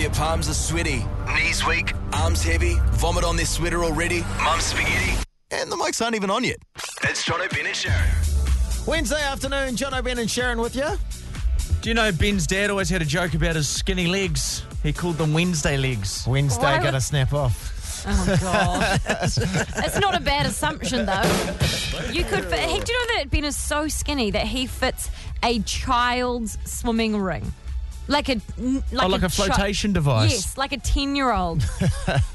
Your palms are sweaty, knees weak, arms heavy, vomit on this sweater already, mum's spaghetti, and the mics aren't even on yet. It's John O'Bennett Show. Wednesday afternoon, John O'Brien and Sharon with you. Do you know Ben's dad always had a joke about his skinny legs? He called them Wednesday legs. Wednesday Why gonna would- snap off. Oh god, it's not a bad assumption though. You could. Fit, hey, do you know that Ben is so skinny that he fits a child's swimming ring, like a like, Oh, like a chi- flotation device. Yes, like a ten-year-old.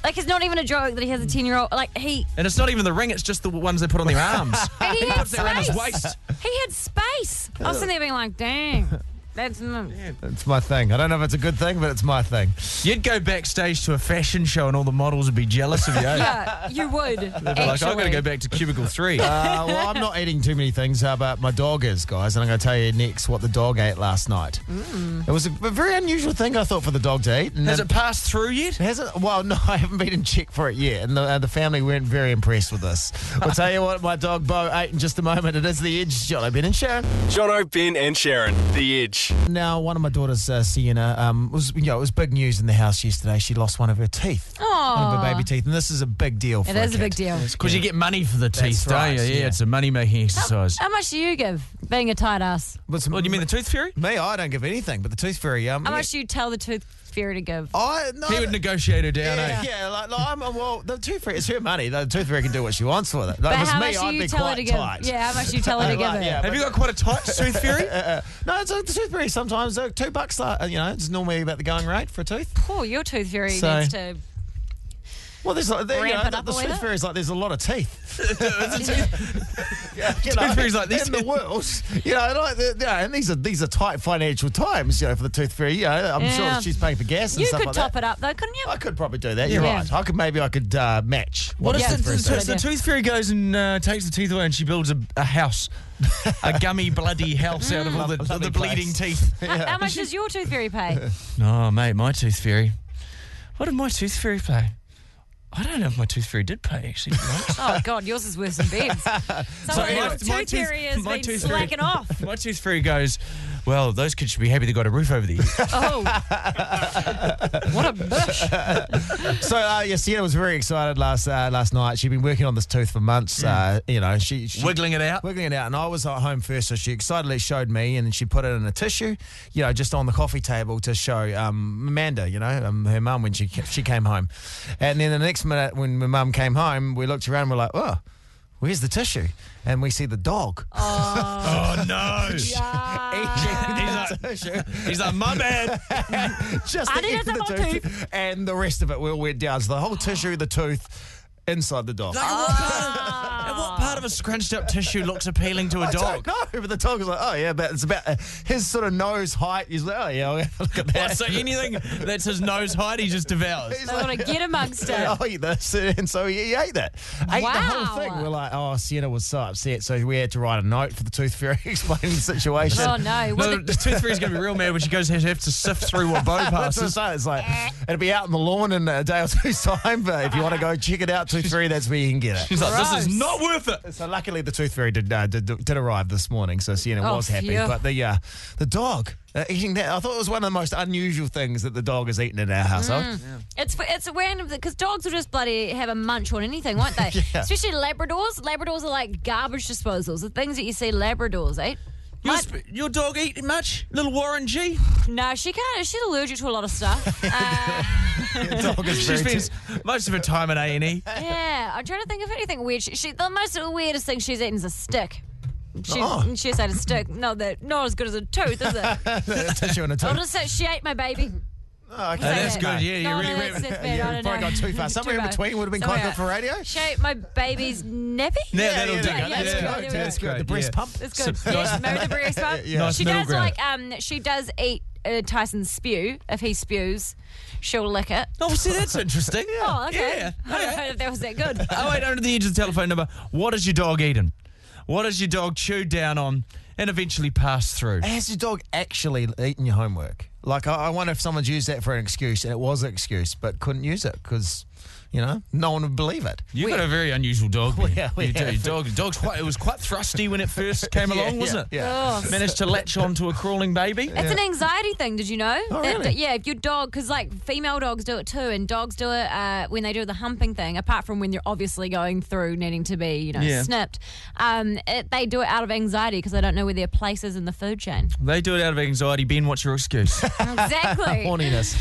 like it's not even a joke that he has a ten-year-old. Like he And it's not even the ring, it's just the ones they put on their arms. and he had Ah, puts it around his space. waist. He had space. I was sitting there being like, dang, that's not. It's my thing. I don't know if it's a good thing, but it's my thing. You'd go backstage to a fashion show and all the models would be jealous of you. eh? Yeah, you would. They're like, I've got to actually. go back to cubicle three. Uh, well, I'm not eating too many things, uh, but my dog is, guys, and I'm going to tell you next what the dog ate last night. It was a, a very unusual thing, I thought, for the dog to eat. And Has then- it passed through yet? Has it? Well, no, I haven't been in check for it yet, and the, uh, the family weren't very impressed with this. I'll tell you what, my dog Bo ate in just a moment. It is the edge, John. I've been in Sharon. Jono, Ben, and Sharon, The Edge. Now, one of my daughters, uh, Sienna, um, was you know it was big news in the house yesterday. She lost one of her teeth, one of her Aw. baby teeth, and this is a big deal. For It is a big kid. deal. Because you get money for the teeth, right, don't you? Yeah, yeah. Oh. it's a money making exercise. How much do you give being a tight ass? But Well, you mean the tooth fairy? me? I don't give anything, but the tooth fairy. Um, How yeah. Oh, much do you tell the tooth fairy to give? I no. He would negotiate her down, yeah, eh? yeah, like, like I'm, well, the tooth fairy, it's her money. The tooth fairy can do what she wants with it. Like, But if it's how me, much I'd do you be tell her quite to give? tight. Yeah, how much do you tell her to give Like, it? yeah, Have you got quite a tight tooth fairy? No, it's like the tooth fairy. Sometimes uh, two bucks, uh, you know, it's normally about the going rate for a tooth. Poor, your tooth fairy So- needs to. Well, there's like, there, you Ramp know, it the, up the a tooth little. fairy's like there's a lot of teeth. yeah, you Tooth fairy's like, these in the teeth- world, you know, like, the- yeah, and these are these are tight financial times, you know, for the tooth fairy. You know, I'm Yeah. sure she's paying for gas and You stuff could like top that. it up though, couldn't you? I could probably do that. You're Yeah. right. I could maybe I could uh, match. What Yeah, if the, that's a the, good so the idea. tooth fairy goes and uh, takes the teeth away and she builds a, a house, a gummy bloody house out of all the, Lovely the place. bleeding teeth? How- How, much does your tooth fairy pay? No, mate, my tooth fairy. What did my tooth fairy pay? I don't know if my tooth fairy did pay actually. to be honest. oh God, yours is worse than Ben's. Someone my- else's my tooth tooth- fairy has my been tooth fairy- slacking off. my tooth fairy goes, well, those kids should be happy they got a roof over their head. Oh, what a bush! So uh, yeah, Sienna was very excited last uh, last night. She'd been working on this tooth for months. Uh, you know, she, she Wiggling it out. wiggling it out, and I was at home first, so she excitedly showed me, and she put it in a tissue, you know, just on the coffee table to show um, Amanda, you know, um, her mum when she ca- she came home, and then the next minute when my mum came home, we looked around, we're like, oh. Where's the tissue? And we see the dog. Oh no! eating the tissue. He's like, my bad. Just the I didn't end of have the my tooth. And the rest of it all went down. So the whole tissue, the tooth, inside the dog. Like, what, part of, what part of a scrunched up tissue looks appealing to a dog? No, but the dog was like, oh yeah, but it's about uh, his sort of nose height. He's like, oh yeah, I'll have a look at that. What, so anything that's his nose height, he just devours. He's I like, want to get amongst it. I'll eat this, and Oh, so he, he ate that, ate the whole Wow. thing. We're like, oh, Sienna was so upset, so we had to write a note for the tooth fairy explaining the situation. Oh no! Well, No, the tooth fairy's going to be real mad when she goes and have to sift through what Bo That's what I'm passes. saying. It's like it'll be out in the lawn in a day or two's time, but if you want to go check it out, tooth fairy, that's where you can get it. She's like, this Gross. is not worth it. So luckily, the tooth fairy did uh, did, did arrive this morning, so Sienna Oh, was happy. phew. But the uh, the dog uh, eating that, I thought it was one of the most unusual things that the dog has eaten in our household. Mm. It's it's random because dogs will just bloody have a munch on anything, won't they? Yeah. Especially Labradors. Labradors are like garbage disposals. The things that you see Labradors eat. Your, My- sp- your dog eat much? Little Warren G? no, she can't. She's allergic to a lot of stuff. Uh, The dog is She very spends most of her time at E. A&E. Uh, yeah, I'm trying to think of anything weird. She, she the most weirdest thing she's eaten is a stick. She, Oh. She's had a stick. No, that not as good as a tooth, is it? a tissue and uh, a I'll tooth. just say she ate my baby. Oh, okay. that's good, yeah. you no, really no, went- that's, that's bad. I you don't know. probably gone too far. Somewhere in far. between would have been quite Somewhere good for out. radio. She ate my baby's nappy. Now that'll do. yeah, it. yeah, yeah, good. yeah. That's good. The Great, breast yeah. pump. It's good. So- yes, remember the breast pump? Yeah. Nice she middle does ground. like um she does eat uh, Tyson's spew. If he spews, she'll lick it. Oh, see, that's interesting. Oh, okay. Yeah. I don't know if that was that good. Oh, wait, under the edge of the telephone number. What is your dog eating? What is your dog chewed down on and eventually passed through? Has your dog actually eaten your homework? Like, I, I wonder if someone's used that for an excuse, and it was an excuse, but couldn't use it because, You know, no one would believe it. You got a very unusual dog. We- man. yeah, we you do. have. Dog, dog's quite. It was quite thrusty when it first came Yeah, along, wasn't yeah, it? yeah. Ugh. Managed to latch onto a crawling baby. It's an anxiety thing. Did you know? Oh, That- really? yeah, if your dog, because like female dogs do it too, and dogs do it uh, when they do the humping thing. Apart from when they're obviously going through needing to be, you know, Yeah. snipped, um, it, they do it out of anxiety because they don't know where their place is in the food chain. They do it out of anxiety. Ben, what's your excuse? Exactly. Horniness.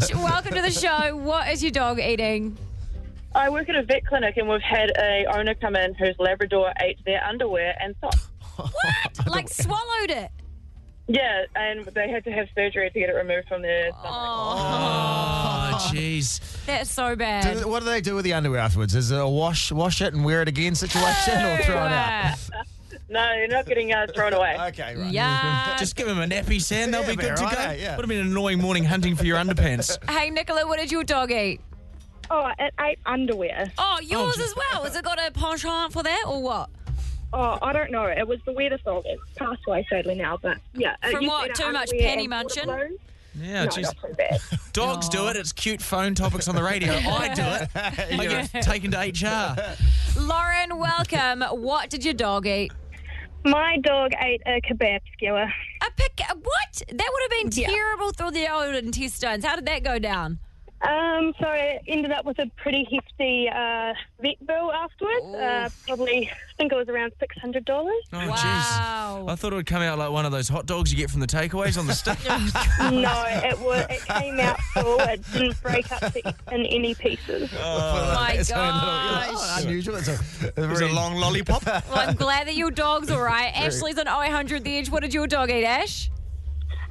Stitch, welcome to the show. What is your dog eating? I work at a vet clinic and we've had a owner come in whose Labrador ate their underwear and socks. What? like swallowed it. Yeah, and they had to have surgery to get it removed from their stomach. oh, jeez. That's so bad. Do- what do they do with the underwear afterwards? Is it a wash, wash it and wear it again situation, or throw it out? No, you're not getting uh, thrown away. Okay, right. Yeah. Just give them a nappy, Sam. They'll Yeah, be good they're to all go. right, yeah. Would have been an annoying morning hunting for your underpants. Hey, Nicola, what did your dog eat? Oh, it ate underwear. Oh, yours as well. Has it got a penchant for that or what? Oh, I don't know. It was the weirdest dog. It's passed away sadly now, but yeah. it From used to what? eat Too much underwear penny and munching? water balloons. Yeah, No, jeez. not too bad. Dogs do it. It's cute phone topics on the radio. I do it. I get taken to HR. Lauren, welcome. What did your dog eat? My dog ate a kebab skewer. A pick. What? That would have been terrible through the old intestines. How did that go down? Um, so I ended up with a pretty hefty uh, vet bill afterwards. Uh, probably, I think it was around six hundred dollars. Oh, Wow. jeez. I thought it would come out like one of those hot dogs you get from the takeaways on the stick. No, it was it came out full. It didn't break up to, in any pieces. Oh my It's gosh. unusual. It's a, It was a long lollipop. Well, I'm glad that your dog's all right. Ashley's on 0800 The Edge. What did your dog eat, Ash?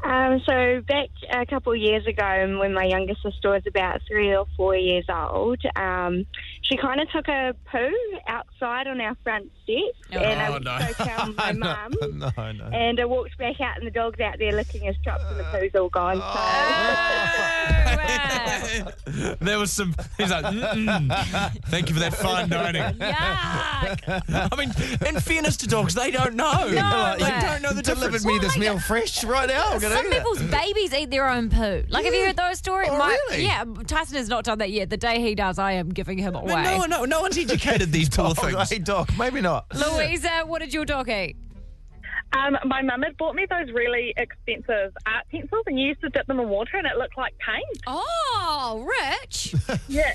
Um, so back a couple of years ago, um, when my younger sister was about three or four years old, um, she kind of took a poo outside on our front step, and I Oh, was no. so proud of my no, mum. no, no. And I walked back out, and the dog's out there licking his chops, and the Uh, poo's all gone. So oh. Oh, Wow. there was some. He's like, Mm-mm. thank you for that fine dining. Yuck. I mean, in fairness to dogs, they don't know. No they way. don't know the difference. Delivered me this meal fresh right now. I'm gonna Some eat it. people's babies eat their own poo. Like, have you heard those stories? Oh, really? Yeah, Tyson has not done that yet. The day he does, I am giving him away. No, no, one- no, no one's educated these poor Oh, things. hey, Doc, maybe not. Louisa, what did your dog eat? Um, my mum had bought me those really expensive art pencils and you used to dip them in water and it looked like paint. Oh, Rich. Yeah.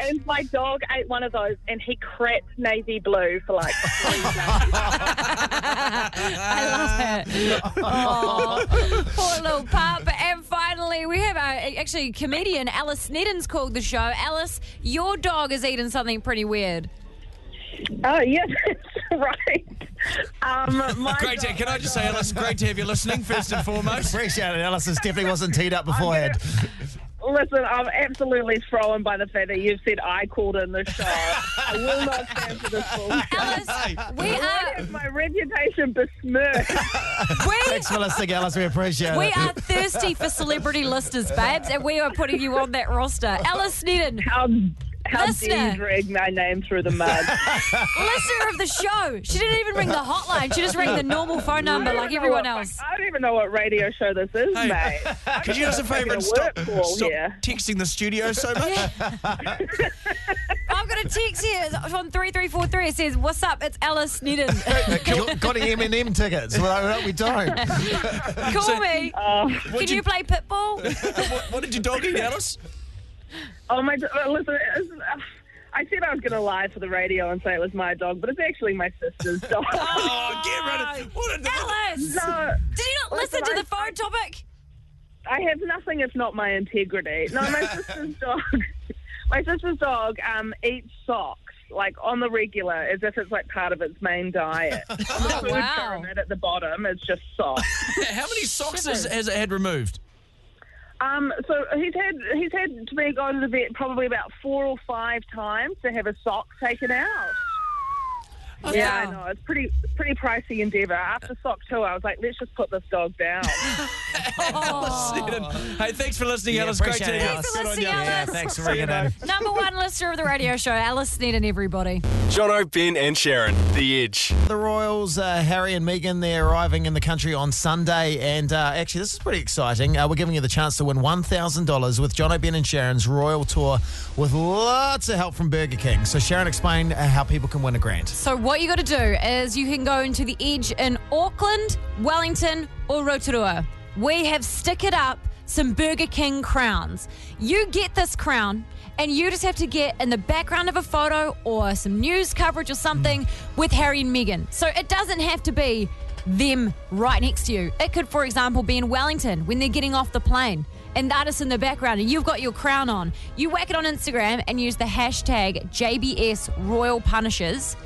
and my dog ate one of those and he crapped navy blue for like three days. I love it. Oh, poor little pup. And finally, we have our actually comedian Alice Sneddon's called the show. Alice, your dog has eaten something pretty weird. Oh, yes, that's right. Um, my Great to, dog- can I just say, Alice, great to have you listening, first and foremost. Appreciate it, Alison. Definitely wasn't teed up beforehand. Listen, I'm absolutely thrown by the fact that you've said I called in the show. I will not stand for this bullshit. Alice, we I are have my reputation besmirched. we, Thanks for listening, Alice. We appreciate we it. are thirsty for celebrity listeners, babes, and we are putting you on that roster. Alice Sneddon, How, how dare Listener. you drag my name through the mud? listener of the show. She didn't even ring the hotline. She just rang the normal phone number I like don't know everyone what- else. I don't even know what radio show this is, Hey. mate. I'm Could you do us a favour and making a stop, work call stop here. texting the studio so much? I've got a text here from 3343. It says, What's up? It's Alice Sneddon. Got- got M&M tickets. Well, no, we don't. Call So- me. Can you, you- play Pitbull? what, what did your dog eat, Alice? Oh my! God, Listen, it's- uh, I said I was going to lie for the radio and say it was my dog, but it's actually my sister's dog. Oh, get rid of what a, Alice! No, Did you not listen Listen, to I- the phone topic? I have nothing if not my integrity. No, my sister's dog. My sister's dog um, eats socks like on the regular, as if it's like part of its main diet. Oh, Food pyramid at the bottom is just socks. How many socks has, has it had removed? Um, so he's had he's had to be gone to the vet probably about four or five times to have a sock taken out. Oh, Yeah, I know. It's pretty pretty pricey endeavour. After sock two, I was like, let's just put this dog down. Oh. Hey, thanks for listening, Yeah, Alice. Great appreciate to it, hear. Alice. Good on you. Yeah, Alice. thanks for ringing in. Number one listener of the radio show, Alice Need and everybody. Jono, Ben, and Sharon, The Edge. The Royals, uh, Harry and Megan, they're arriving in the country on Sunday. And uh, actually, this is pretty exciting. Uh, we're giving you the chance to win $1,000 with John O'Brien and Sharon's Royal Tour with lots of help from Burger King. So, Sharon, explain uh, how people can win a grant. So what you got to do is you can go into the Edge in Auckland, Wellington, or Rotorua. We have stickered up some Burger King crowns. You get this crown, and you just have to get in the background of a photo or some news coverage or something with Harry and Meghan. So it doesn't have to be them right next to you. It could, for example, be in Wellington when they're getting off the plane. And that is in the background, and you've got your crown on. You whack it on Instagram and use the hashtag JBS Royal Punishers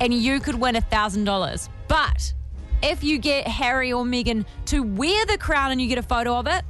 and you could win $1,000. But if you get Harry or Meghan to wear the crown and you get a photo of it,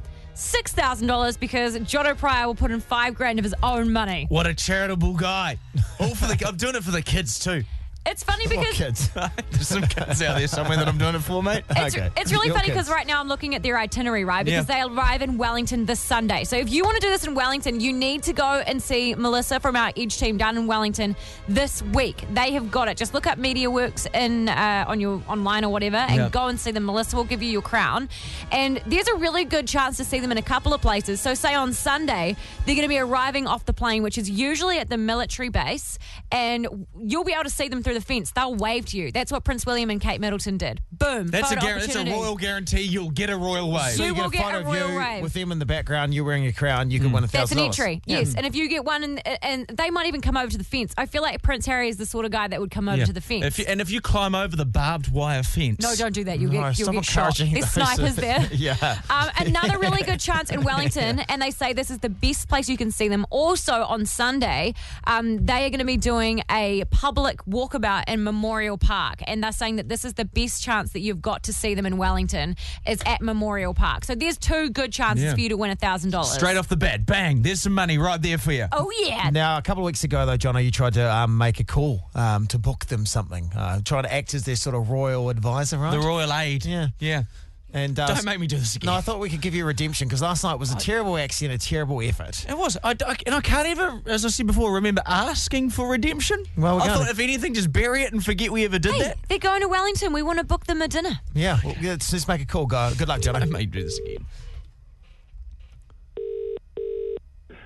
$6,000 because John O'Pryor will put in five grand of his own money. What a charitable guy. All for the I'm doing it for the kids too. It's funny because. Kids. There's some kids out there somewhere that I'm doing it for, mate. It's, Okay. it's really Your funny because kids. right now I'm looking at their itinerary, right? Because Yeah. they arrive in Wellington this Sunday. So if you want to do this in Wellington, you need to go and see Melissa from our Edge team down in Wellington this week. They have got it. Just look up Media Works in uh, on your online or whatever, and Yeah. go and see them. Melissa will give you your crown, and there's a really good chance to see them in a couple of places. So say on Sunday they're going to be arriving off the plane, which is usually at the military base, and you'll be able to see them through the fence. They'll wave to you. That's what Prince William and Kate Middleton did. Boom. That's a, Photo guar- that's a opportunity. royal guarantee. You'll get a royal wave. You you will get a photo of royal you wave. with them in the background, you wearing your crown, you can win a $1,000. That's an entry, Yeah. yes. And if you get one, and, and they might even come over to the fence. I feel like Prince Harry is the sort of guy that would come over Yeah. to the fence. If you, and if you climb over the barbed wire fence. no, don't do that. You'll No, get you'll stop get shot. encouraging There's those. snipers there. yeah. Um, another really good chance in Wellington, and they say this is the best place you can see them. Also on Sunday, um, they are going to be doing a public walkabout in Memorial Park, and they're saying that this is the best chance that you've got to see them in Wellington is at Memorial Park. So there's two good chances Yeah. for you to win a thousand dollars Straight off the bat, bang, there's some money right there for you. Oh yeah, Now, a couple of weeks ago, though, Jono, you tried to um, make a call um, to book them something, uh, trying to act as their sort of royal advisor, right? The royal aid. Yeah. Yeah. and uh, Don't make me do this again. No, I thought we could give you redemption because last night was a terrible accident, a terrible effort. It was. I, I- and I can't ever, as I said before, remember asking for redemption. Well, we're I gonna- thought, if anything, just bury it and forget we ever did Hey, that. they're going to Wellington. We want to book them a dinner. Yeah, well, let's, let's make a call, go. Good luck, Don't Jono. make me do this again.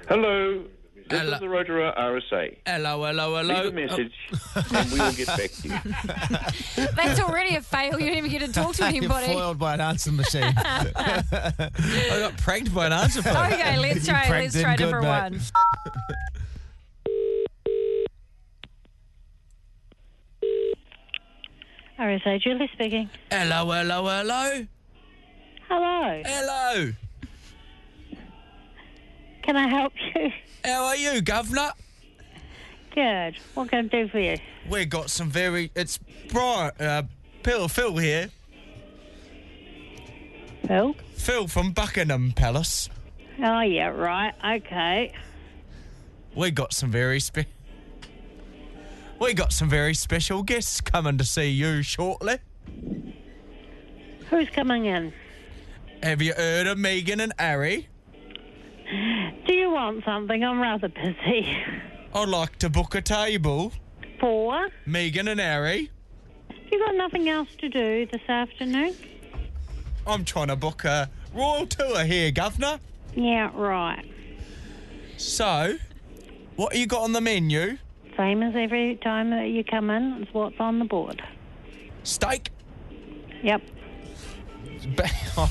Hello, this Hello. is the Rotorua RSA. Hello, hello, hello. Oh, Leave a message and we will get back to you. That's already a fail. You didn't even get to talk to You're anybody. foiled by an answering machine. I got pranked by an answer phone. Okay, let's You try. pranked Let's him try good, number mate. one. RSA Julie speaking. hello, hello, hello. Hello. Hello. Can I help you? How are you, Governor? Good. What can I do for you? We got some very. It's Brian, uh, Phil, Phil here. Phil? Phil from Buckingham Palace. Oh, yeah, right. Okay. We got some very spe. We got some very special guests coming to see you shortly. Who's coming in? Have you heard of Megan and Ari? Do you want something? I'm rather busy. I'd like to book a table. Four? Megan and Ari. You got nothing else to do this afternoon? I'm trying to book a royal tour here, Governor. Yeah, right. So, what you got on the menu? Same as every time that you come in, it's what's on the board. Steak. Yep.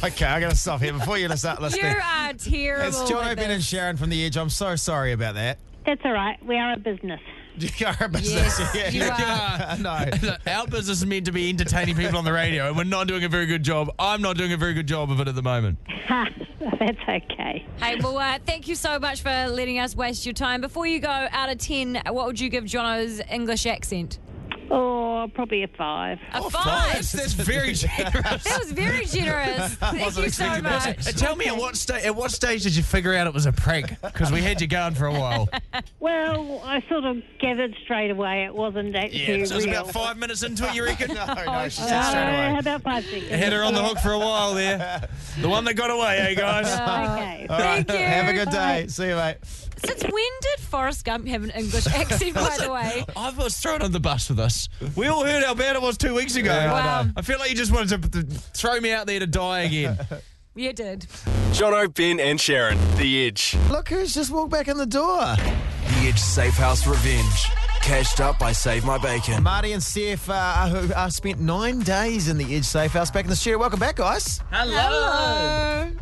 okay, I'm going to stop here before you start You listening. are terrible. It's John with O'Brien and this. Sharon from The Edge. I'm so sorry about that. That's all right. We are a business. You are a business. Yes, you yeah. Yeah. No. Look, our business is meant to be entertaining people on the radio, and we're not doing a very good job. I'm not doing a very good job of it at the moment. Ha! That's okay. Hey, well, uh, thank you so much for letting us waste your time. Before you go, out of ten, what would you give Jono's English accent? Or Oh, probably a five. A Oh, five. five. That's very generous. That was very generous. Thank you so much. Uh, Tell me at what stage at what stage did you figure out it was a prank? Because we had you going for a while. Well, I sort of gathered straight away it wasn't actually so it was real. about five minutes into it, you reckon? no, no, Oh, she Uh, said straight away. how about five seconds? Had her on the hook for a while there. The one that got away, eh, guys? Okay. Uh, Thank you. Have a good day. See you, mate. Since when did Forrest Gump have an English accent, by the way? I was thrown on the bus for this. We all heard how bad it was two weeks ago. Yeah, I Wow. know. I feel like you just wanted to, to throw me out there to die again. You did. Jono, Ben, and Sharon. The Edge. Look who's just walked back in the door. The Edge Safe House Revenge. Cashed up by Save My Bacon. Marty and Steph uh, are, who are spent nine days in the Edge Safe House back in the studio. Welcome back, guys. Hello.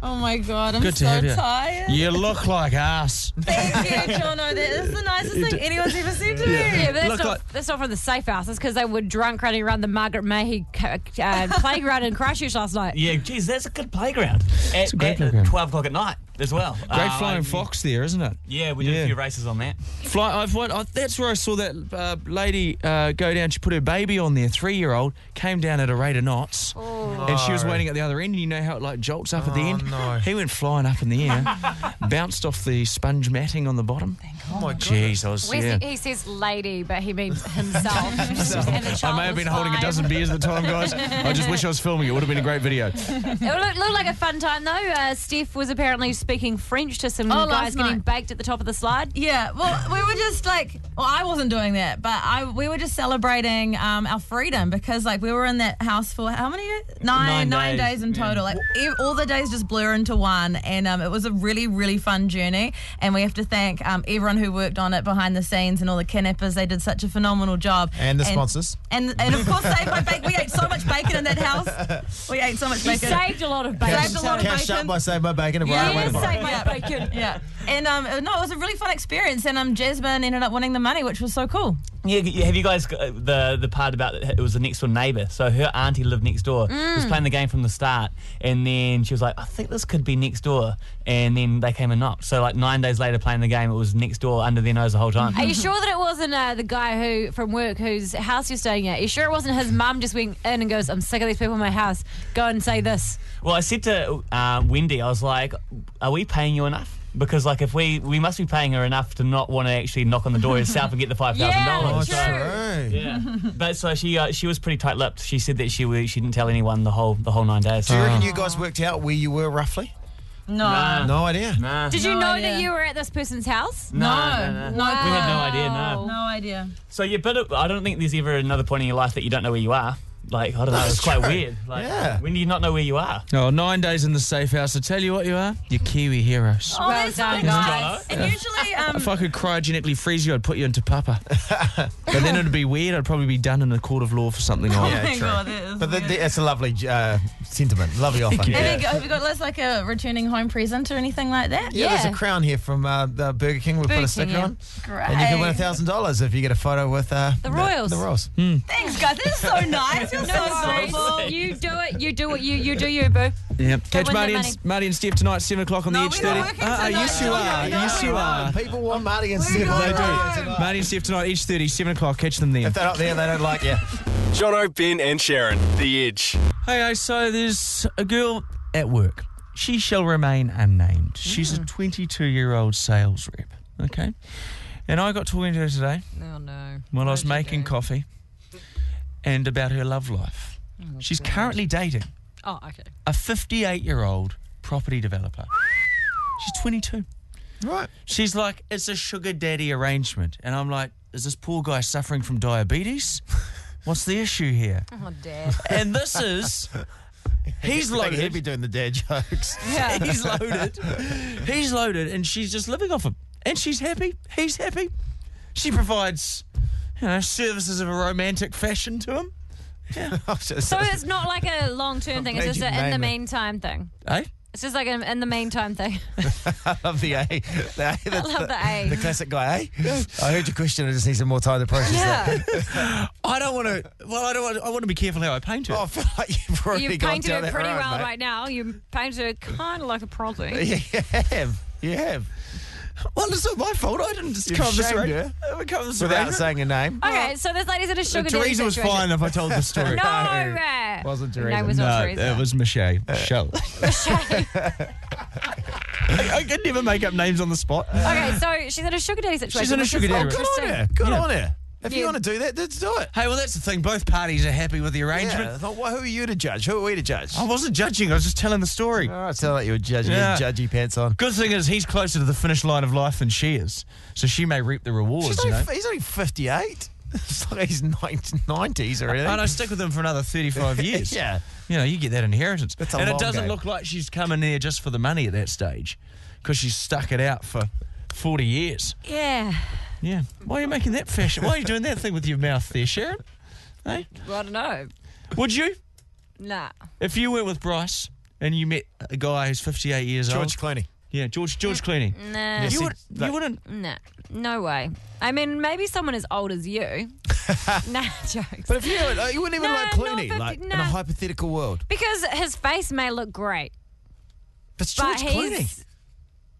Oh my god, I'm Good to so have you. tired. You look like ass. Thank you, Jono. That is the nicest thing anyone's ever said to me. Yeah, but that's, Look not, like- that's not from the safe house. That's because they were drunk running around the Margaret Mayhew ca- uh, playground in Christchurch last night. Yeah, geez, that's a good playground. At, a great at playground. 12 o'clock at night as well. Great Uh, flying fox there, isn't it? Yeah, we did Yeah. a few races on that. Fly, I've won, I, that's where I saw that uh, lady uh, go down. She put her baby on there, three-year-old, came down at a rate of knots, Oh. and she was waiting at the other end. And you know how it like jolts up at the Oh, end. no. He went flying up in the air, bounced off the sponge matting on the bottom. Oh my Jeez, I was Where's yeah. he, he says lady, but he means himself. and the I child may have was been holding a five. dozen beers at the time, guys. I just wish I was filming. It would have been a great video. It looked, looked like a fun time, though. Uh, Steph was apparently speaking French to some Oh, guys last getting night. baked at the top of the slide. Yeah, well, we were just like, well, I wasn't doing that, but I we were just celebrating um, our freedom because like we were in that house for how many days? Nine, Nine nine days, days, in yeah. total. Like ev- all the days just blur into one, and um, it was a really, really fun journey. And we have to thank um, everyone who worked on it behind the scenes and all the kidnappers. They did such a phenomenal job. And the sponsors. And and of course, save my bacon. We ate so much bacon in that house. We ate so much He bacon. saved a lot of bacon. Saved a lot of Cashed up bacon. by Save My Bacon. Yeah, Brian Whitmore. save my Yeah. bacon. Yeah, and um, no, it was a really fun experience, and um, Jasmine ended up winning the money, which was so cool. Yeah, g- have you guys got uh, the the part about it was the next door neighbour? So her auntie lived next door. Mm. Was playing the game from the start, and then she was like, "I think this could be next door," and then they came and knocked. So like nine days later, playing the game, it was next door under their nose the whole time. Are you sure that it wasn't uh, the guy who from work whose house you're staying at? Are you sure it wasn't his mum just went in and goes, "I'm sick of these people in my house. Go and say this." Well, I said to uh, Wendy, I was like, "Are we paying you enough?" Because like if we we must be paying her enough to not want to actually knock on the door yourself and get the five thousand Yeah, dollars. true. Oh, True. Yeah, but so she uh, she was pretty tight-lipped. She said that she wa- she didn't tell anyone the whole the whole nine days. Do you reckon you guys worked out where you were roughly? Oh. No, Nah. No idea. Nah. Did you No know idea. that you were at this person's house? Uh-huh. No, No, no, no. no We had no clue. idea, no. no idea. So yeah, but I don't think there's ever another point in your life that you don't know where you are. Like I don't know, That's it's quite true. weird. Like, Yeah. When do you not know where you are? Oh, nine days in the safe house. I tell you what, you are. You're Kiwi heroes. Oh, Well that's so done, nice. And usually, um, If I could cryogenically freeze you, I'd put you into Papa. but then it'd be weird. I'd probably be done in a court of law for something like oh Yeah, my true. god, that is But weird. th- th- it's a lovely uh, sentiment, lovely offer. have, you got, have you got Liz, like a returning home present or anything like that? Yeah, there's Yeah. a crown here from uh, the Burger King. We put Burger a sticker King, yeah. on, Great. and you can win thousand dollars if you get a photo with uh, The Royals. The, Royals. Thanks, guys. This is so nice. You're so worries. thoughtful. you do it. You do what you you do. You boo. that. Yep. Catch win that Marty and, money. Marty and Steph tonight, 7 o'clock on No, the Edge we're not 30. working Ah, ah, tonight. yes, you are. No, yes, you no. are. People want Marty and Steph. going They home. do. Marty and Steph tonight, Edge 30, 7 o'clock. Catch them then. If they're not there, they don't like you. Jono, Ben, and Sharon. The Edge. Hey, hey, so there's a girl at work. She shall remain unnamed. She's a 22 year old sales rep. Okay. And I got talking to her today Oh no. while I was making coffee and about her love life. She's currently dating Oh okay. a 58 year old property developer. She's 22. Right. She's like, it's a sugar daddy arrangement. And I'm like, is this poor guy suffering from diabetes? What's the issue here? Oh dad. And this is, he's Like loaded. he'd be doing the dad jokes. Yeah. He's loaded. He's loaded, and she's just living off him. And she's happy. He's happy. She provides, you know, services of a romantic fashion to him. So it's not like a long term thing. It's glad just you a in the named it. meantime thing. Eh? It's just like an in the meantime thing. I love the A. The, a that's love the A. The classic guy, eh? I heard your question. I just need some more time to process that. I don't want to. Well, I don't. Wanna, I want to be careful how I paint it. Oh, I feel like you've already You've gone painted down it that pretty road, well mate. right now. You painted it kind of like a prodigy. You have. You have. Well, it's not my fault. I didn't just You've come up with this shamed arrangement. her I come up with this without arrangement. saying a name. Okay, so this lady's in a sugar daddy Teresa was situation. fine if I told the story. No, Rat. Wasn't No, Teresa. it was not No, Teresa. it was Michelle. Uh. Michelle. I, I can never make up names on the spot. Okay, so she's in a sugar daddy situation. She's in a which sugar is daddy. interesting. Oh, good on her. Good on her. If you Yeah. want to do that, let's do it. Hey, well, that's the thing. Both parties are happy with the Yeah. I arrangement. thought, well, who are you to judge? Who are we to judge? I wasn't judging. I was just telling the story. All right, sound like you were judging. Yeah. You had judgy pants on. Good thing is he's closer to the finish line of life than she is, so she may reap the rewards. She's you only, know. he's only 58. It's like he's 90s or anything. I know, stick with them for another 35 years. Yeah. You know, you get that inheritance. That's a and long it doesn't game. look like she's coming there just for the money at that stage because she's stuck it out for 40 years. Yeah. Yeah. Why are you making that fashion? Why are you doing that thing with your mouth there, Sharon? Hey? Well, I don't know. Would you? Nah. If you went with Bryce and you met a guy who's 58 years old. George Clooney. Yeah, George George Clooney. Nah. You, see, would, like- you wouldn't. Nah. No way. I mean, maybe someone as old as you. nah, jokes. But if you, uh, you wouldn't even No, like no, Clooney, but- like in no. a hypothetical world. Because his face may look great, But it's but George Clooney. he's.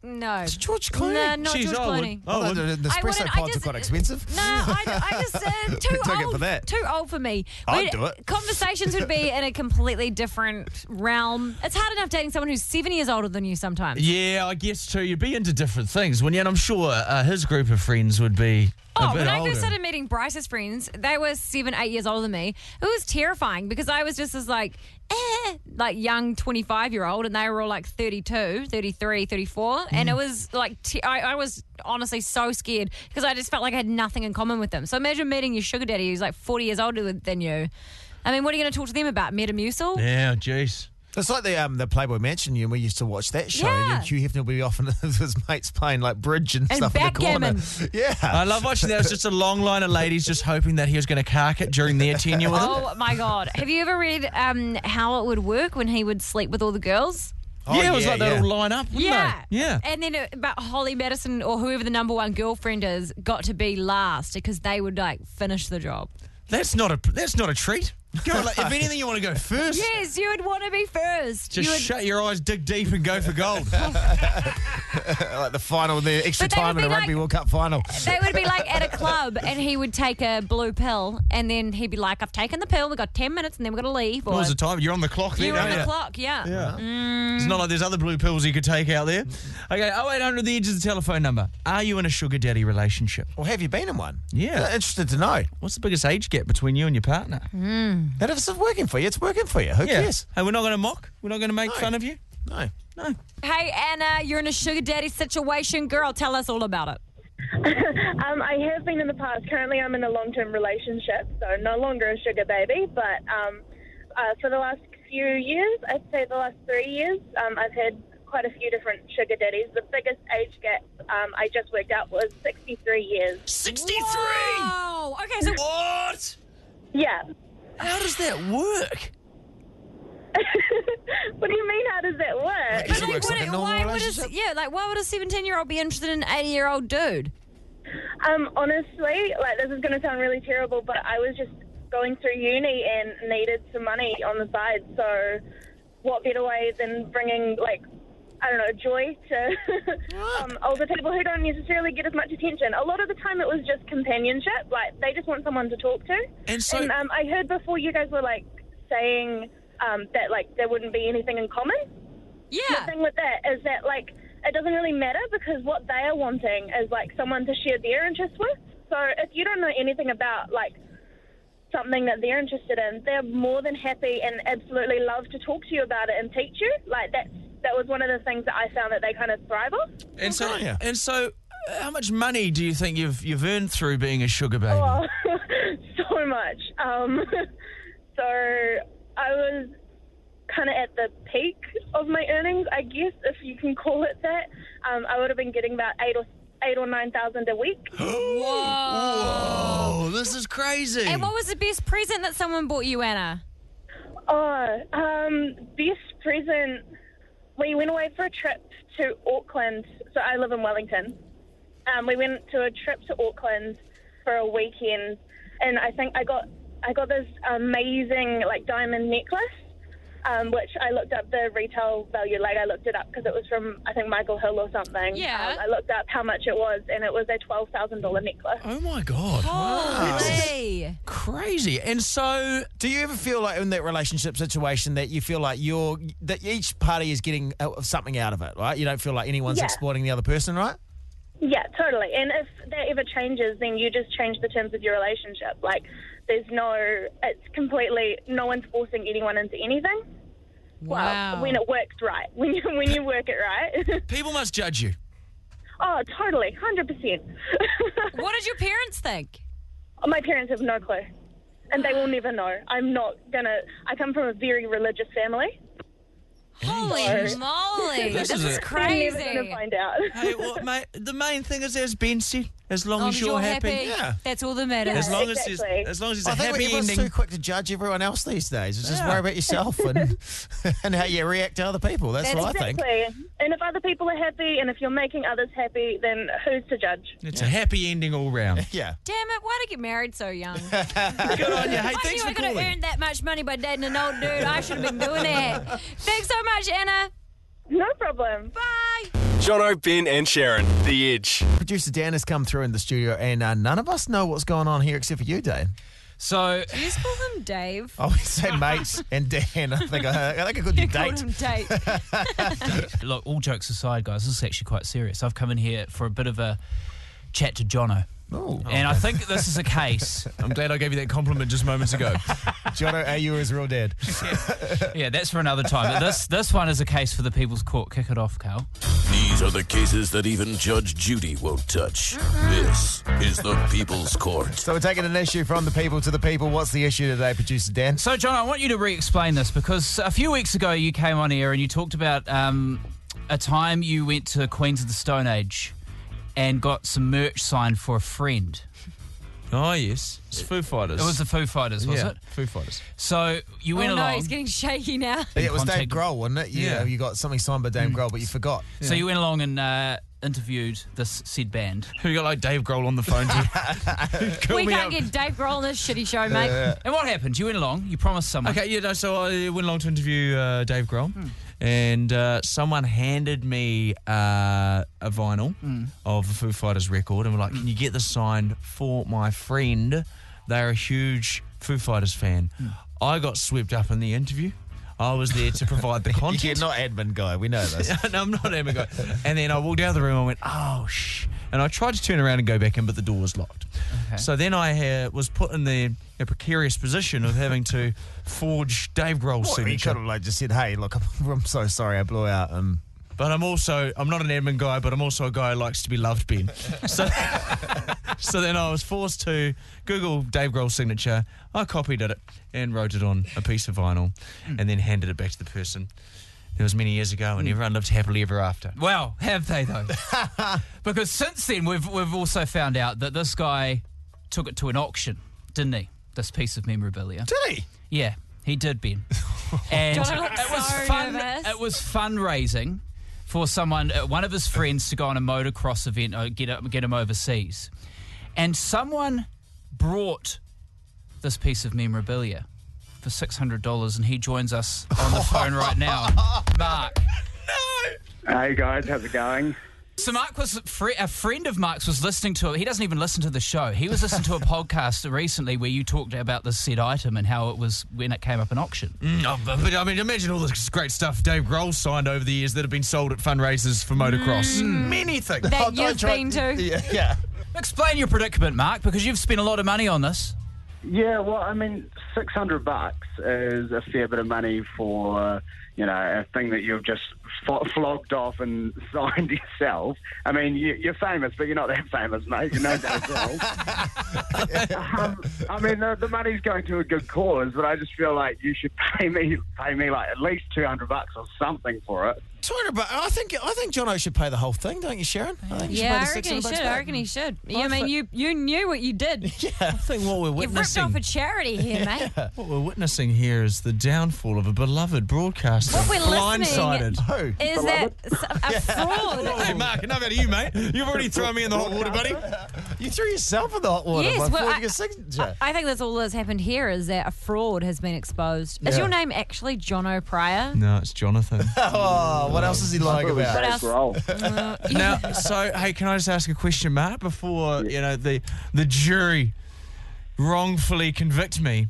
No. It's George Clooney. No, not Jeez, George I would- Clooney. I Although the, the I espresso wouldn't- I pods are just- quite expensive. No, I, I just uh, too Took it old for that. Too old for me. I'd We'd- do it. Conversations would be in a completely different realm. It's hard enough dating someone who's seven years older than you sometimes. Yeah, I guess too. You'd be into different things, wouldn't you? And I'm sure uh, his group of friends would be a Oh, bit when I older. first started meeting Bryce's friends, they were seven, eight years older than me. It was terrifying because I was just as like, eh, like young 25 year old, and they were all like 32, 33, 34. And Mm. it was like, te- I, I was honestly so scared because I just felt like I had nothing in common with them. So imagine meeting your sugar daddy who's like 40 years older with- than you. I mean, what are you going to talk to them about? Metamucil? Yeah, jeez. It's like the um, the Playboy Mansion. You know, we used to watch that show. Yeah. And Hugh Hefner would be off and his mates playing like bridge and, And stuff in backgammon. the corner. Yeah, I love watching that. It's just a long line of ladies just hoping that he was going to cark it during their tenure with him. Oh my God. Have you ever read um, how it would work when he would sleep with all the girls? Oh, yeah, it was like they yeah. all line up. wouldn't Yeah. They? Yeah. And then about Holly Madison or whoever the number one girlfriend is got to be last because they would like finish the job. That's not a that's not a treat. Go, like, if anything, you want to go first. Yes, you would want to be first. Just you would, shut your eyes, dig deep, and go for gold. like the final, the extra But they would time in be the Rugby like- World Cup final. they would be like at a club and he would take a blue pill and then he'd be like, I've taken the pill, we've got 10 minutes and then we're going to leave. what Or was the time? You're on the clock. you're there, on aren't the you? clock, yeah. Yeah. It's not like there's other blue pills you could take out there. Okay, 0800, the edge is the telephone number. Are you in a sugar daddy relationship? Or have you been in one? Yeah. Uh, interested to know. What's the biggest age gap between you and your partner? That if it's working for you, it's working for you. Who cares? Hey, we're not going to mock. We're not going to make fun of you. No. No. Hey, Anna, you're in a sugar daddy situation. Girl, tell us all about it. Um, I have been in the past. Currently, I'm in a long term relationship, so no longer a sugar baby. But um, uh, for the last few years, I'd say the last three years, um, I've had quite a few different sugar daddies. The biggest age gap um, I just worked out was 63 years. 63! Wow. Okay, so What? Yeah. How does that work? what do you mean? How does that work? Because it like, works would like a it- normal why would a, relationship. yeah, like why would a 17 year old be interested in an 80 year old dude? Um, honestly, like this is going to sound really terrible, but I was just going through uni and needed some money on the side. So, what better way than bringing like I don't know joy to um, older people who don't necessarily get as much attention? A lot of the time, it was just companionship. Like they just want someone to talk to. And uh, so- um, I heard before you guys were like saying um, that like there wouldn't be anything in common Yeah. thing with that is that like it doesn't really matter because what they are wanting is like someone to share their interests with. So if you don't know anything about like something that they're interested in, they're more than happy and absolutely love to talk to you about it and teach you. Like that that was one of the things that I found that they kind of thrive on. And so, Okay. and so, uh, how much money do you think you've you've earned through being a sugar baby? Oh, so much. Um, so I was kind of at the peak of my earnings, I guess, if you can call it that. Um, I would have been getting about eight or eight or nine thousand a week. Oh. Whoa! This is crazy. And what was the best present that someone bought you, Anna? Oh, um, best present. We went away for a trip to Auckland. So I live in Wellington. Um, we went to a trip to Auckland for a weekend, and I think I got I got this amazing like diamond necklace. um, which I looked up the retail value. Like I looked it up because it was from I think Michael Hill or something. Yeah. Um, I looked up how much it was, and it was a twelve thousand dollar necklace. Oh my god! Oh. Wow. Crazy. And so, do you ever feel like in that relationship situation that you feel like you're that each party is getting uh, something out of it, right? You don't feel like anyone's Yeah. exploiting the other person, right? Yeah, totally. And if that ever changes, then you just change the terms of your relationship. Like there's no, it's completely no one's forcing anyone into anything. Wow. Well, when it works right, when you when you work it right. People must judge you. oh, totally, hundred percent. What did your parents think? My parents have no clue, and they will never know. I'm not gonna. I come from a very religious family. Holy Sorry. moly, This this, is is, a- crazy. They're never gonna find out. Hey, well, mate, the main thing is there's Ben said, as long Long as you're, happy. Yeah. Oh, That's all that matters. As long as there's, as long as it's I a think happy everyone's ending. too quick to judge everyone else these days. It's just Yeah. worry about yourself and and how you react to other people. That's, what I think. exactly. And if other people are happy, and if you're making others happy, then who's to judge? It's a happy ending all round. Yeah. Damn it, why'd I get married so young? Good on you. Hey, I thanks knew for I could have calling. earned that much money by dating an old dude. I should have been doing that. Thanks so much, Anna. No problem. Jono, Ben, and Sharon, The Edge. Producer Dan has come through in the studio, and uh, none of us know what's going on here except for you, Dan. So You just call him Dave. Oh, I would say mates and Dan. I think I, I think I could do Called date. him Dave. Look, all jokes aside, guys, this is actually quite serious. I've come in here for a bit of a chat to Jono. and I think this is a case. I'm glad I gave you that compliment just moments ago. Jono, are you his real dad? yeah, that's for another time. But this this one is a case for the People's Court. Kick it off, Carl. These are the cases that even Judge Judy won't touch. This is the People's Court. So we're taking an issue from the people to the people. What's the issue today, producer Dan? So, John, I want you to re-explain this because a few weeks ago you came on air and you talked about um, a time you went to Queens of the Stone Age and got some merch signed for a friend. Oh yes, it's Foo Fighters. It was the Foo Fighters, was yeah, it? Foo Fighters. So you went oh, no, along. he's getting shaky now. Yeah, it was Dave Contact- Grohl, wasn't it? You Yeah. Hmm. know, you got something signed by Dave Grohl, but you forgot. So you went along and uh, interviewed this said band. Who got like Dave Grohl on the phone? we can't get Dave Grohl on this shitty show, mate. and what happened? You went along. You promised someone. Okay, yeah, no, so I went along to interview uh, Dave Grohl, and uh, someone handed me uh, a vinyl of a Foo Fighters record, and were like, "Can you get this signed for my friend? They're a huge Foo Fighters fan." I got swept up in the interview. I was there to provide the content. You're not admin guy. We know this. no, I'm not admin guy. And then I walked out of the room. I went, "Oh shh!" And I tried to turn around and go back in, but the door was locked. So then I uh, was put in the a precarious position of having to forge Dave Grohl's Well, he signature. could have like just said, "Hey, look, I'm, I'm so sorry, I blew out." Um, But I'm also I'm not an admin guy, but I'm also a guy who likes to be loved, Ben. So, so then I was forced to Google Dave Grohl's signature. I copied it and wrote it on a piece of vinyl, and then handed it back to the person. It was many years ago, and everyone lived happily ever after. Well, have they though? because since then we've we've also found out that this guy took it to an auction, didn't he? This piece of memorabilia. Did he? Yeah, he did, Ben. and John, I look it was so fun. nervous. It was fundraising for someone, uh, one of his friends, to go on a motocross event, uh, get up, get him overseas, and someone brought this piece of memorabilia for six hundred dollars, and he joins us on the phone right now, Mark. Hey guys, how's it going? So Mark was fri a friend of Mark's was listening to it. He doesn't even listen to the show. He was listening to a podcast recently where you talked about this said item and how it was when it came up in auction. Mm, oh, but, but, I mean, imagine all this great stuff Dave Grohl signed over the years that have been sold at fundraisers for motocross. Many things. Mm. That you've been to. Yeah, yeah. Explain your predicament, Mark, because you've spent a lot of money on this. Yeah, well, I mean, six hundred bucks is a fair bit of money for you know a thing that you've just fo- flogged off and signed yourself. I mean, you, you're famous, but you're not that famous, mate. You know that well. um, I mean, the, the money's going to a good cause, but I just feel like you should pay me pay me like at least two hundred bucks or something for it. Two hundred bucks. I think I think Jono should pay the whole thing, don't you, Sharon? I think you should pay the Yeah, I reckon 600 he bucks should. I back. reckon he should. I I mean, thi- you you knew what you did. Yeah. I think what we're You ripped witnessing. off a charity here, mate. What we're witnessing here is the downfall of a beloved broadcaster. What we're Blindsided. listening is that s- a fraud. Hey, Mark, enough out of you, mate. You've already thrown me in the hot water, buddy. You threw yourself in the hot water by forging I- your signature. I, I think that's all that's happened here is that a fraud has been exposed. Is Yeah. your name actually John O'Pryor? No, it's Jonathan. oh, what else is he lying about? What else? Uh, now, so hey, can I just ask a question, Matt? Before you know the the jury wrongfully convict me.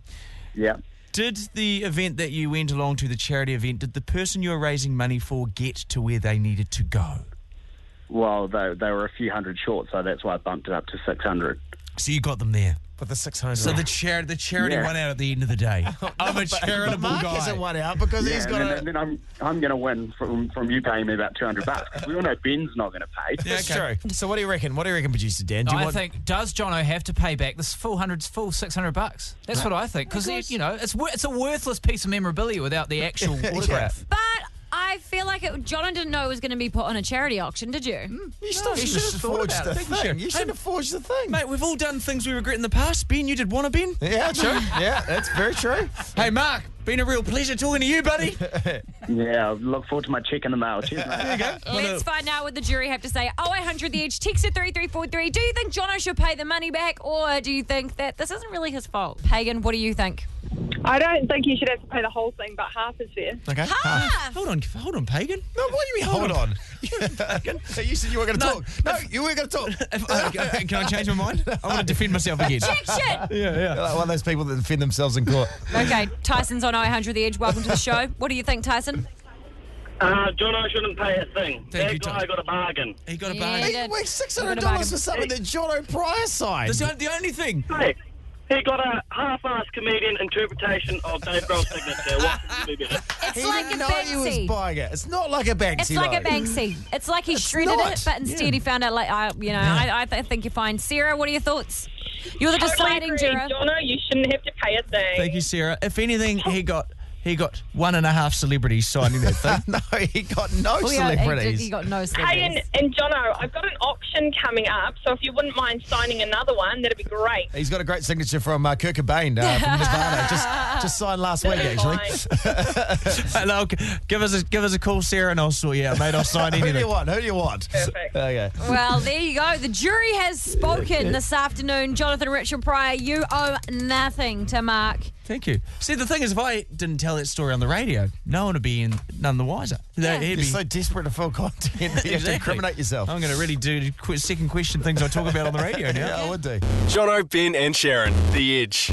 Yeah. Did the event that you went along to, the charity event, did the person you were raising money for get to where they needed to go? Well, they, they were a few hundred short, so that's why I bumped it up to 600. So you got them there. But the 600. So the charity the charity Yeah. won out at the end of the day. I'm a charitable Mark guy. hasn't won out because yeah, he's and got then, a. then I'm, I'm going to win from, from you paying me about 200 bucks. 'cause we all know Ben's not going to pay. That's true. So what do you reckon? What do you reckon, producer Dan? Do you I want- think does Jono have to pay back this full hundred, full six hundred bucks? That's what I think because Oh you know it's wor- it's a worthless piece of memorabilia without the actual Yeah. autograph. But I feel like it, John didn't know it was going to be put on a charity auction, did you? You still should have forged the thing. You should have forged the thing. Mate, we've all done things we regret in the past. Ben, you did wanna Ben? Yeah, true. yeah, that's very true. Hey Mark, been a real pleasure talking to you, buddy. Yeah, I look forward to my check in the mail. Cheers, mate. there you go. Oh, Let's find out what the jury have to say. 0800 The Edge, text at 3343. Do you think Jono should pay the money back or do you think that this isn't really his fault? Pagan, what do you think? I don't think you should have to pay the whole thing, but half is fair. Okay. Hold on, hold on, Pagan. No, what do you mean? Hold on. So you said you were going to talk. No, you were going to talk. Okay, uh, Can I change my mind? I want to defend myself again. Objection! Yeah, yeah. Like one of those people that defend themselves in court. Okay, Tyson's on 0800 The Edge. Welcome to the show. What do you think, Tyson? Uh, John, I shouldn't pay a thing. that you, guy John. got a bargain. He got a Yeah, bargain. he did. Wait, six We're hundred gonna bargain. dollars for something that John O'Pryor signed. That's the, the only thing. Hey, he got a half-assed comedian interpretation of Dave Grohl's signature. What could you do better? It's he like a didn't know he was Banksy. buying it. It's not like a Banksy. It's like a though. Banksy. It's like he shredded not. it, but instead he found out, like, I, you know, I, I th- think you're fine. Sarah, what are your thoughts? You're the deciding juror. Donna, you shouldn't have to pay a thing. Thank you, Sarah. If anything, he got he got one and a half celebrities signing that thing. no, he got no Oh, yeah, he did- celebrities. He got no Hey, celebrities. and, and Jono, I've got an auction coming up, so if you wouldn't mind signing another one, that'd be great. He's got a great signature from uh, Kurt Cobain uh, from Nirvana. just, just signed last week, actually. Hello, g- give us a, give us a call, Sarah, and I'll sort you out, mate. I'll sign Who do anything. you want? Who do you want? Perfect. Okay. Well, there you go. The jury has spoken this afternoon. Jonathan Richard Pryor, you owe nothing to Mark. Thank you. See, the thing is, if I didn't tell that story on the radio, no one would be in, none the wiser. They- he'd You're be- so desperate to feel content that you have to Exactly. incriminate yourself. I'm going to really do qu- second question things I talk about on the radio now. yeah, I would do. Jono, Ben, and Sharon. The Edge.